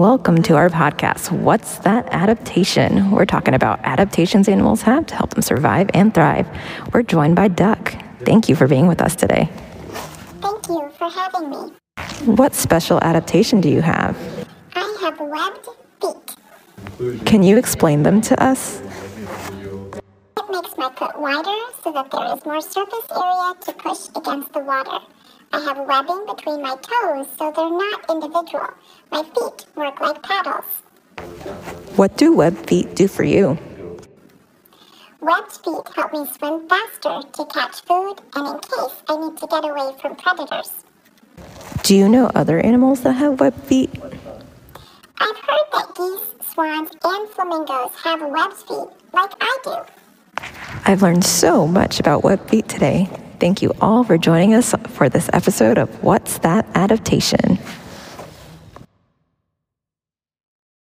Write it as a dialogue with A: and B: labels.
A: Welcome to our podcast, What's That Adaptation? We're talking about adaptations animals have to help them survive and thrive. We're joined by Duck. Thank you for being with us today.
B: Thank you for having me.
A: What special adaptation do you have?
B: I have webbed feet.
A: Can you explain them to us?
B: It makes my foot wider so that there is more surface area to push against the water. I have webbing between my toes so they're not individual. My feet work like paddles.
A: What do web feet do for you?
B: Webbed feet help me swim faster to catch food and in case I need to get away from predators.
A: Do you know other animals that have web feet?
B: I've heard that geese, swans, and flamingos have webbed feet like I do.
A: I've learned so much about web feet today. Thank you all for joining us for this episode of What's That Adaptation?